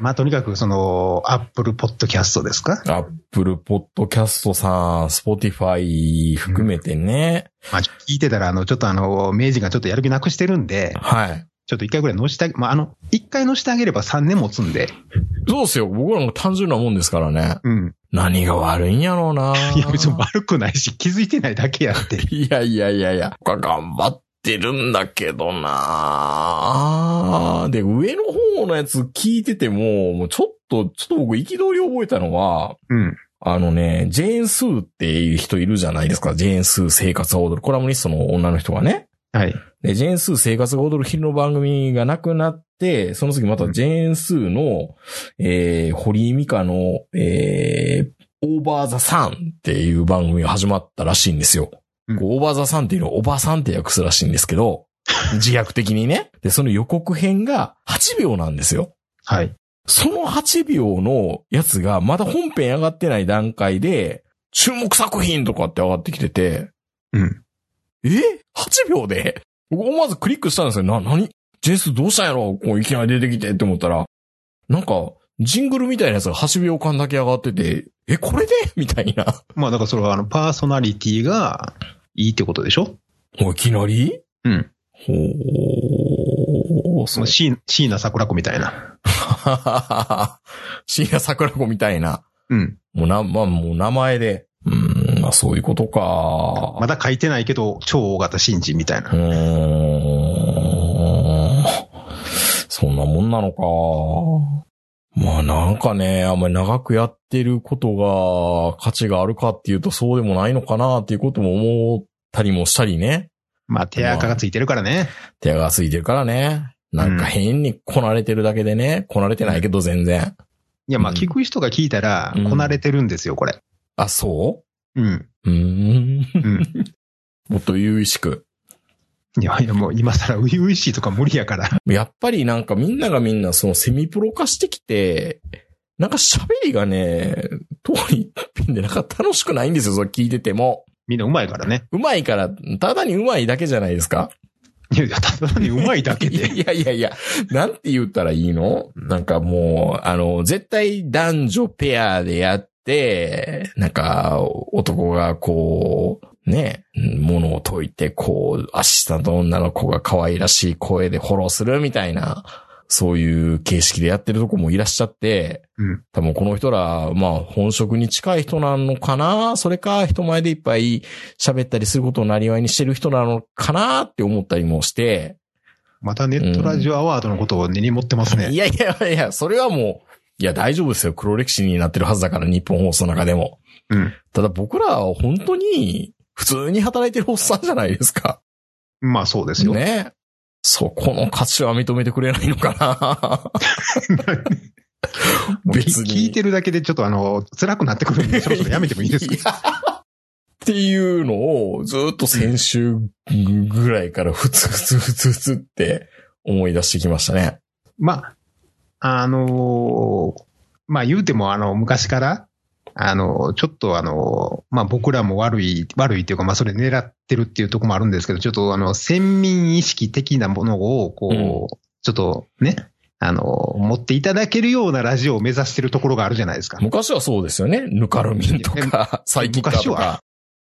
S3: まあ、とにかく、その、アップルポッドキャストですか
S2: アップルポッドキャストさん、スポティファイ含めてね。
S3: まあ、聞いてたら、あの、ちょっとあの、明治がちょっとやる気なくしてるんで、
S2: はい。
S3: ちょっと一回ぐらい乗してあげ、まあ、あの、一回乗してあげれば3年持つんで、
S2: そうですよ。僕らも単純なもんですからね。
S3: うん。
S2: 何が悪いんやろうな。
S3: いや、別に悪くないし、気づいてないだけやって。
S2: いやいやいやいや。僕は頑張ってるんだけどな。で、上の方のやつ聞いてても、もうちょっと、ちょっと僕憤りを覚えたのは、
S3: うん。
S2: あのね、ジェーン・スーっていう人いるじゃないですか。ジェーン・スー生活を踊る。コラムニストの女の人がね。
S3: はい。
S2: で、ジェーンスー生活が踊る昼の番組がなくなって、その次またジェーンスーの、えー、堀井美香の、えー、オーバーザサンっていう番組が始まったらしいんですよ。
S3: うん
S2: こうオーバーザサンっていうのはおばさんって訳すらしいんですけど、自虐的にね。で、その予告編が8秒なんですよ。
S3: はい。
S2: その8秒のやつがまだ本編上がってない段階で、注目作品とかって上がってきてて、
S3: うん。
S2: え ?8 秒で僕思わずクリックしたんですよ。な、なにジェイスどうしたんやろこういきなり出てきてって思ったら、なんか、ジングルみたいなやつが8秒間だけ上がってて、え、これでみたいな。
S3: まあ、だからそれは、あの、パーソナリティがいいってことでしょ
S2: もういきなり
S3: うん。
S2: ほー、
S3: そ
S2: そ
S3: の
S2: う。
S3: シー、シーナ桜子みたいな。
S2: 深夜桜子みたいな。
S3: うん。
S2: もうな、まあもう名前で。うーん、まあそういうことか。
S3: まだ書いてないけど、超大型新人みたいうな。
S2: ーん。そんなもんなのか。まあなんかね、あんまり長くやってることが価値があるかっていうとそうでもないのかなっていうことも思ったりもしたりね。
S3: まあ、手垢がついてるからね。
S2: 手がついてるからね。なんか変にこなれてるだけでね。こなれてないけど全然。
S3: いや、まあ、
S2: うん
S3: 聞く人が聞いたら
S2: うん、
S3: こなれてるんですよ、これ。
S2: あ、そ
S3: うん。
S2: ううーん。
S3: うん。
S2: もっと優々しく。
S3: いや、いや、もう今更、初々しいとか無理やから。
S2: やっぱりなんかみんながみんなそのセミプロ化してきて、なんか喋りがね、当に一品でなんか楽しくないんですよ、それ聞いてても。
S3: みんなうまいからね。
S2: うまいから、ただにうまいだけじゃないですか。
S3: いや、いやただにうまいだけ
S2: いや
S3: で。
S2: いやいやいや、なんて言ったらいいのなんかもう、あの、絶対男女ペアでやって、なんか、男がこう、ね、物を解いて、こう、アシスタントの女の子が可愛らしい声でフォローするみたいな、そういう形式でやってるとこもいらっしゃって、
S3: うん。
S2: 多分この人ら、まあ本職に近い人なのかなそれか人前でいっぱい喋ったりすることをなりわいにしてる人なのかなって思ったりもして、
S3: またネットラジオアワードのことを根に持ってますね
S2: い。やいやいや、それはもいや、大丈夫ですよ。黒歴史になってるはずだから、日本放送の中でも。
S3: うん。
S2: ただ僕らは本当に、普通に働いてるおっさんじゃないですか。
S3: まあそう ですよ。
S2: ね。そこの価値は認めてくれないの かな別に。
S3: 聞いてるだけでちょっとあの、辛くなってくるんで、そろそろやめてもいいですか
S2: いやっていうのをずっと先週ぐらいからふつふつふつふつって思い出してきましたね。
S3: まあ、あのーまあ言うても、あの、昔から、あの、ちょっとあの、まあ僕らも悪い、悪いっていうか、まあそれ狙ってるっていうところもあるんですけど、ちょっとあの、先民意識的なものを、こう、
S2: うん
S3: ちょっとね、あの、持っていただけるようなラジオを目指してるところがあるじゃないですか。
S2: 昔はそうですよね。ぬかるみんとか、最近か
S3: 昔
S2: と
S3: は
S2: か。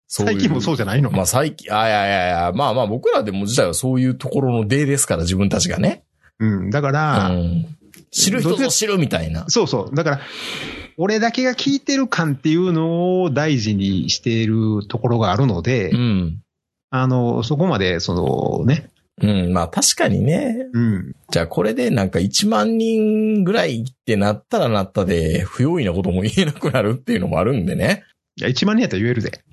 S2: そういう
S3: 最近もそうじゃないの
S2: まあ最近、あいやいやいや、まあまあ僕らでも自体はそういうところの出ですから自分たちがね。
S3: うん。だから、
S2: うん知る人ぞ知るみたいな。
S3: そうそう。だから、俺だけが聞いてる感っていうのを大事にしているところがあるので、
S2: うん。
S3: あの、そこまで、そのね、
S2: うん。まあ確かにね、
S3: うん。
S2: じゃあこれでなんか1万人ぐらいってなったらなったで、不用意なことも言えなくなるっていうのもあるんでね。
S3: いや、1万人やったら言えるで。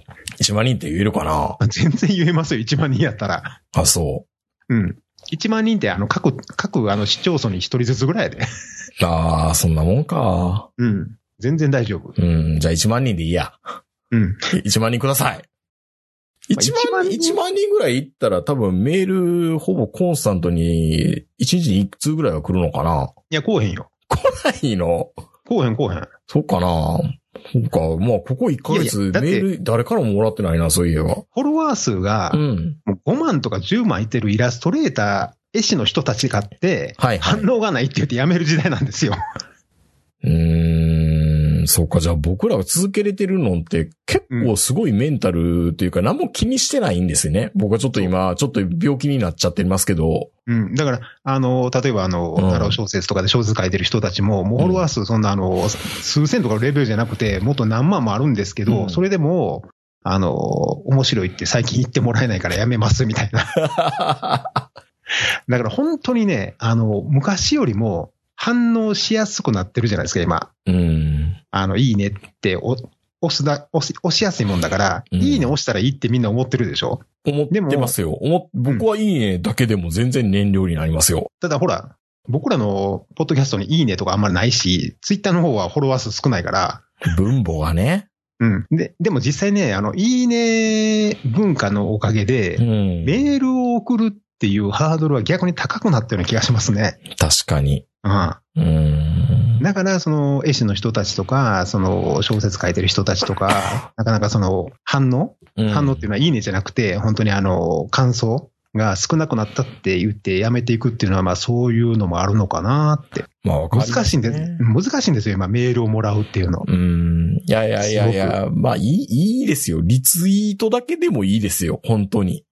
S2: 1万人って言えるかな
S3: 全然言えますよ、1万人やったら。
S2: あ、そ
S3: うん。1万人って、あの、各、各、あの、市町村に1人ずつぐらいやで。
S2: う。ああ、そんなもんか。
S3: うん。全然大丈夫。
S2: うん、じゃあ1万人でいいや。
S3: うん。
S2: 1万人ください。
S3: あ
S2: 1万人、
S3: 1
S2: 1万人ぐらい行ったら多分メールほぼコンスタントに1日に1通ぐらいは来るのかない
S3: や、こうへんよ。
S2: 来ないの
S3: こうへん、こうへん。
S2: そうかなそうか。まあ、ここ1ヶ月
S3: いやいやだって
S2: メール誰からももらってないな、そういえば。
S3: フォロワー数が
S2: う、ん。
S3: もう5万とか10万いてるイラストレーター、絵師の人たちがあって、
S2: はいはい
S3: 反応がないって言ってやめる時代なんですよ。
S2: うーん、そうか。じゃあ僕らが続けれてるのって結構すごいメンタルというか何も気にしてないんですよね。僕はちょっと今、ちょっと病気になっちゃってますけど。
S3: うん。だから、あの、例えば、あの、
S2: うん
S3: 太郎小説とかで小説書いてる人たちも、もうフォロワー数、そんな、あの、数千とかのレベルじゃなくて、もっと何万もあるんですけど、
S2: うん
S3: それでも、あの、面白いって最近言ってもらえないからやめます、みたいな。 だから本当にね、あの、昔よりも反応しやすくなってるじゃないですか、今。
S2: うん。
S3: あの、いいねって、お押すだ、押し、押しやすいもんだから、
S2: うん
S3: いいね押したらいいってみんな思ってるでしょ
S2: 思ってますよ。思っ僕はいいねだけでも全然燃料になりますよ。
S3: ただほら、僕らのポッドキャストにいいねとかあんまりないし、ツイッターの方はフォロワー数少ないから、
S2: 分母がね。
S3: うん。で、でも実際ね、あの、いいね文化のおかげ
S2: う
S3: で、
S2: ん。
S3: メールを送るっていうハードルは逆に高くなったような気がしますね。
S2: 確かに。
S3: うん。
S2: うん。
S3: だから、その、絵師の人たちとか、その、小説書いてる人たちとか、なかなかその、反応反応っていうのはいいねじゃなくて、本当にあの、感想が少なくなったって言ってやめていくっていうのは、まあそういうのもあるのかなって。
S2: まあわかりますね
S3: 難しいんです、難しいんですよ、今、メールをもらうっていうの。
S2: うん。いやいやいやい
S3: す
S2: や、まあいい、いいですよ。リツイートだけでもいいですよ。本当 に。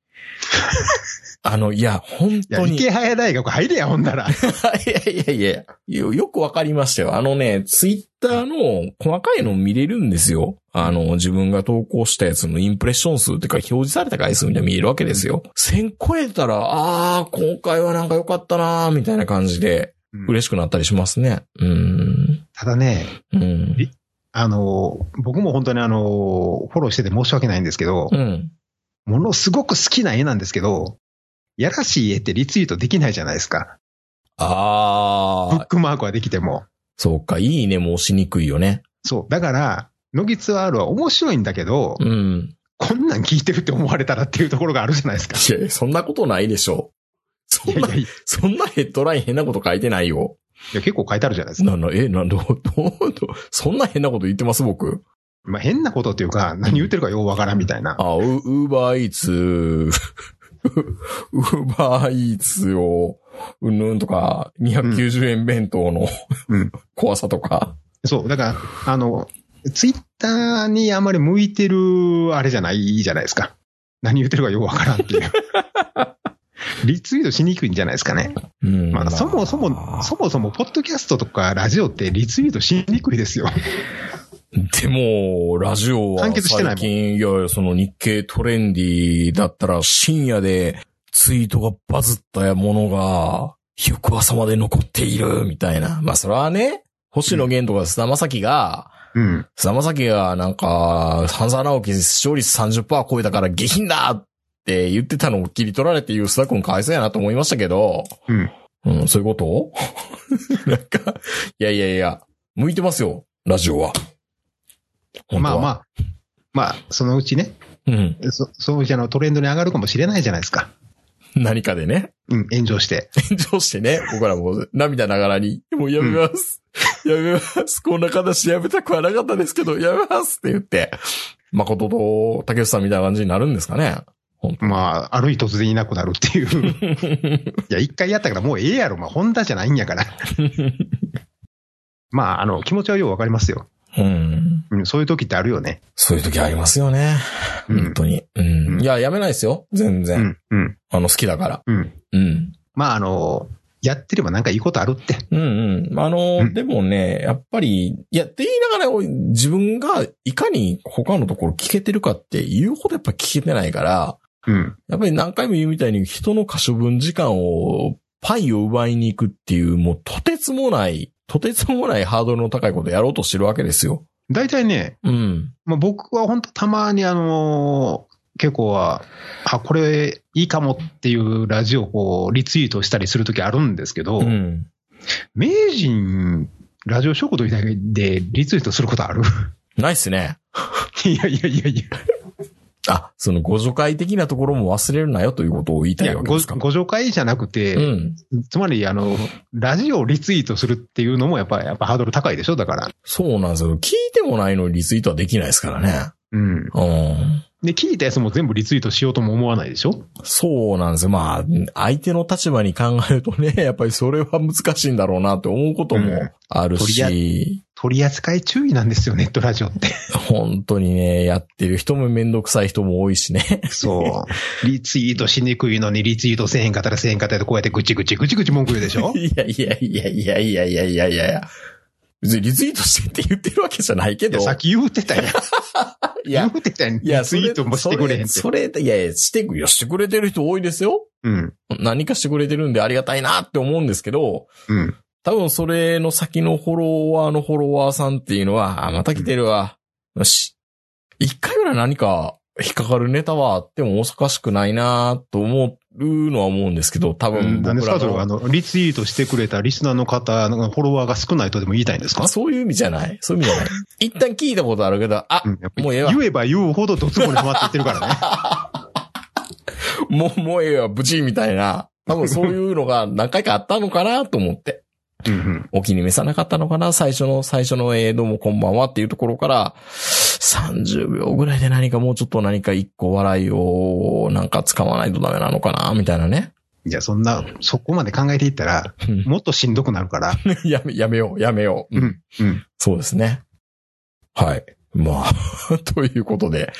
S2: あの、いや、本
S3: いや、
S2: 当に。
S3: 池早大学入れや、ほんな ら。
S2: いやいやいや、よよくわかりましたよ。あのね、ツイッターの細かいの見れるんですよ。あの、自分が投稿したやつのインプレッション数っていうか表示された回数みたいなの見えるわけですよ。1000超えたら、ああ、今回はなんか良かったなーみたいな感じで
S3: うん
S2: 嬉しくなったりしますね。うん。
S3: ただね、
S2: うん。
S3: えあの、僕も本当にあの、フォローしてて申し訳ないんですけど
S2: う、ん。
S3: ものすごく好きな絵なんですけど、やらしい絵ってリツイートできないじゃないですか。
S2: あ
S3: ブ
S2: あ
S3: ッ、クマークはできても。
S2: そうか、いいねも押しにくいよね。
S3: そう。だから、ノギツアールは面白いんだけど、
S2: うん。
S3: こんなん聞いてるって思われたらっていうところがあるじゃないで すか。
S2: いやいや、そんなことないでしょ。そ
S3: いや
S2: ん
S3: い
S2: な
S3: や、い
S2: そんなヘッドライン変なこと書いてないよ。
S3: や結構書いてあるじゃないですか。
S2: なんだ、え、なんだ、どう、どう、どうそんな変なこと言ってます、僕。
S3: まあ、変なことっていうか、何言ってるかようわからんみたいな。
S2: あ、ウーバーイー ツ、ウーバーイーツを、うんぬんとか、290円弁当の、
S3: うん
S2: 怖さとか。
S3: そう。だから、あの、ツイッターにあまり向いてる、あれじゃないじゃないですか。何言ってるかようわからんっ ていう。リツイートしにくいんじゃないですかね。
S2: うん
S3: まあ、そもそも、そもそも、ポッドキャストとかラジオってリツイートしにくいですよ。
S2: でも、ラジオは
S3: 完結してないもん
S2: 最近、いやいや、その日経トレンディだったら深夜でツイートがバズったものが、翌朝まで残っている、みたいな。まあ、それはね、星野源とか菅田将暉が、
S3: うん。
S2: 菅田将暉がなんか、半沢直樹視聴率30%超えたから下品だって言ってたのを切り取られて言う須田君かわいそうやなと思いましたけど、
S3: うん。
S2: うん、そういうこと なんか、いやいやいや、向いてますよ、ラジオは。本当
S3: まあ
S2: は
S3: まあ、まあ、そのうちね、
S2: うん。
S3: そそのうちあのトレンドに上がるかもしれないじゃないですか。
S2: 何かでね、
S3: うん、炎上して。
S2: 炎上してね、僕らも涙ながらに、もうやめます。やめます。こんな形やめたくはなかったですけど、やめますって言って、誠と竹内さんみたいな感じになるんですかね。
S3: まあ、ある日突然いなくなるっていう。 いや、一回やったからもうええやろ。まあ、ホンダじゃないんやから。まあ、あの、気持ちはようわかりますよ。
S2: うん。
S3: うん、そういう時ってあるよね。
S2: そういう時ありますよね。
S3: うん
S2: 本当に。うん。
S3: うん
S2: いや、やめないですよ。全
S3: う
S2: 然。
S3: ん、うん、
S2: あの、好きだから。
S3: うん。
S2: うん。
S3: まあ、あの、やってればなんかいいことあるって。
S2: うんうん。あの、
S3: うん
S2: でもね、やっぱり、いや、って言いながら、自分がいかに他のところ聞けてるかっていうほどやっぱ聞けてないから、
S3: うん、
S2: やっぱり何回も言うみたいに人の可処分時間を、パイを奪いに行くっていう、もうとてつもない、とてつもないハードルの高いことやろうとしてるわけですよ。
S3: 大体ね、
S2: うん。
S3: まあ、僕は本当たまにあの結構は、あ、これいいかもっていうラジオをこうリツイートしたりする時あるんですけど、
S2: うん。
S3: 名人ラジオ食堂以外でリツイートすることある
S2: ないっすね。
S3: いやいやいやいや。
S2: あ、そのご助会的なところも忘れるなよということを言いた
S3: い
S2: い
S3: や
S2: わけ
S3: ご
S2: ですか。
S3: ご紹介じゃなく
S2: う
S3: て、
S2: ん。
S3: つまり、あの、ラジオをリツイートするっていうのもやっぱ、やっぱハードル高いでしょだから。
S2: そうなんですよ。聞いてもないのにリツイートはできないですからね。
S3: うん。
S2: うん。
S3: で、聞いたやつも全部リツイートしようとも思わないでしょ
S2: そうなんですよ。まあ、相手の立場に考えるとね、 やっぱりそれは難しいんだろうなって思うこともある
S3: うん
S2: し、
S3: 取り扱い注意なんですよ、ネットラジオって。
S2: 本当にね、やってる人もめんどくさい人も多いし ね。
S3: そう。 リツイートしにくいのに、リツイートせえへんかったらせえへんかったらこうやってぐちぐちぐちぐち文句言うでしょ
S2: いやいやいやいやいやいやいやいやいや。別にリツイートしてって言ってるわけじゃないけ
S3: い
S2: ど。
S3: やさっき言うてたやん。
S2: い
S3: 言
S2: や、
S3: うてたやん。
S2: いや、
S3: リツイートもしてくれへんって。
S2: それ、それいやいや、してく、いや、してくれてる人多いですよ。
S3: うん。
S2: 何かしてくれてるんでありがたいなって思うんですけど、
S3: うん。
S2: 多分それの先のフォロワーのフォロワーさんっていうのは、あ、また来てるわ。よし。一回ぐらい何か引っかかるネタはあってもおかしくないなと思うのは思うんですけど、多分
S3: 何で
S2: 僕
S3: す
S2: ら
S3: かそれはあ
S2: の。
S3: の、リツイートしてくれたリスナーの方のフォロワーが少ないとでも言いたいんですか
S2: そういう意味じゃない。そういう意味じゃ ない。一旦聞いたことあるけど、あ
S3: う、んやっぱ
S2: もうええわ。
S3: 言えば言うほどドツボにはまっていってるか らね。
S2: もう、もうええわ、無事みたいな。多分そういうのが何回かあったのかなと思って。
S3: うん
S2: お気に召さなかったのかな最初の、最初の、えー、どうもこんばんはっていうところから、30秒ぐらいで何かもうちょっと何か一個笑いをなんか使わないとダメなのかなみたいなね。
S3: うん、いや、そんな、そこまで考えていったら、
S2: うん
S3: もっとしんどくなるから。
S2: やめ、やめよう、やめよう。
S3: うんうん。
S2: そうですね。はい。まあ、 ということで、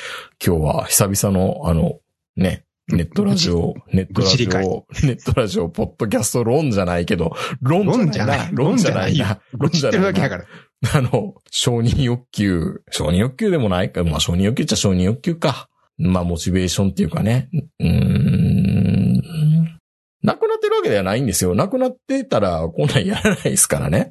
S2: 今日は久々の、あの、ね、ネットラジオ、ネットラ
S3: 愚痴
S2: ジ
S3: 理解
S2: オ、ネットラジオ、ポッドキャスト論じゃないけど、論じゃないな。
S3: 論じゃない
S2: 論じ
S3: 知
S2: ゃな
S3: って
S2: い
S3: る
S2: な
S3: だけだから。
S2: あの、承認欲求、承認欲求でもないか、まあ承認欲求っちゃ承認欲求か。まあモチベーションっていうかね。うーん。なくなってるわけではないんですよ。なくなってたら、こんなんやらないですからね。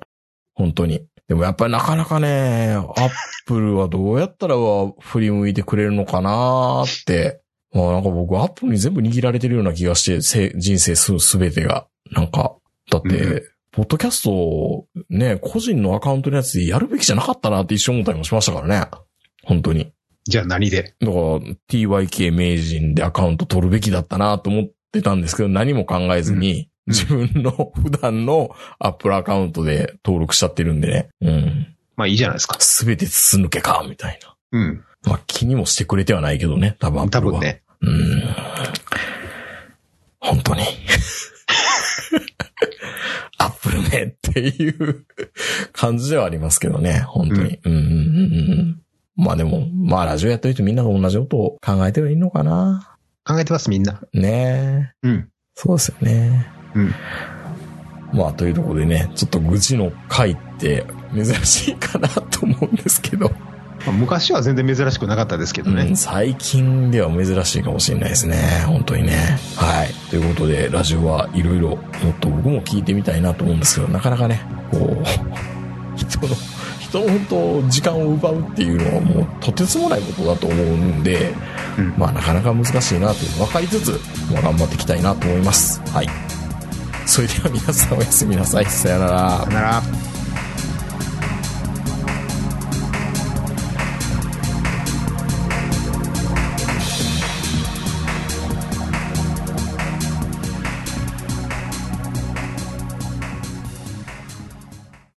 S2: 本当に。でもやっぱりなかなかね、アップルはどうやったら振り向いてくれるのかなーって。まあなんか僕アップルに全部握られてるような気がして、せ人生す、すべてが。なんか、だっ
S3: う
S2: て、ポッドキャストをね、個人のアカウントのやつでやるべきじゃなかったなって一瞬思ったりもしましたからね。本当に。
S3: じゃあ何で
S2: だから、TYK 名人でアカウント取るべきだったなと思ってたんですけど、何も考えずに、
S3: うん
S2: 自分の普段のアップルアカウントで登録しちゃってるんでね。うん。
S3: まあいいじゃないですか。
S2: すべて筒抜けか、みたいな。
S3: うん。
S2: まあ、気にもしてくれてはないけどね、多分アップ
S3: 多
S2: ルは。
S3: 分ね。
S2: うん。本当に。 アップルねっていう感じではありますけどね、本当に。うん、うん、うんうん。まあでも、まあラジオやってる人みんなが同じことを考えてはいいのかな。
S3: 考えてます、みんな。
S2: ねえ。
S3: うん。
S2: そうですよね。
S3: うん。
S2: まあというところでね、ちょっと愚痴の回って珍しいかなと思うんですけど、
S3: まあ昔は全然珍しくなかったですけど
S2: う
S3: ね
S2: ん。最近では珍しいかもしれないですね。本当にね。はい。ということで、ラジオはいろいろ、もっと僕も聞いてみたいなと思うんですけど、なかなかね、こう、一 人の、人の本当、時間を奪うっていうのはもうとてつもないことだと思うんで、
S3: うん
S2: まあなかなか難しいなというのを分かりつつ、まあ頑張っていきたいなと思います。はい。それでは皆さんおやすみなさい。さよなら
S3: さよ。なら。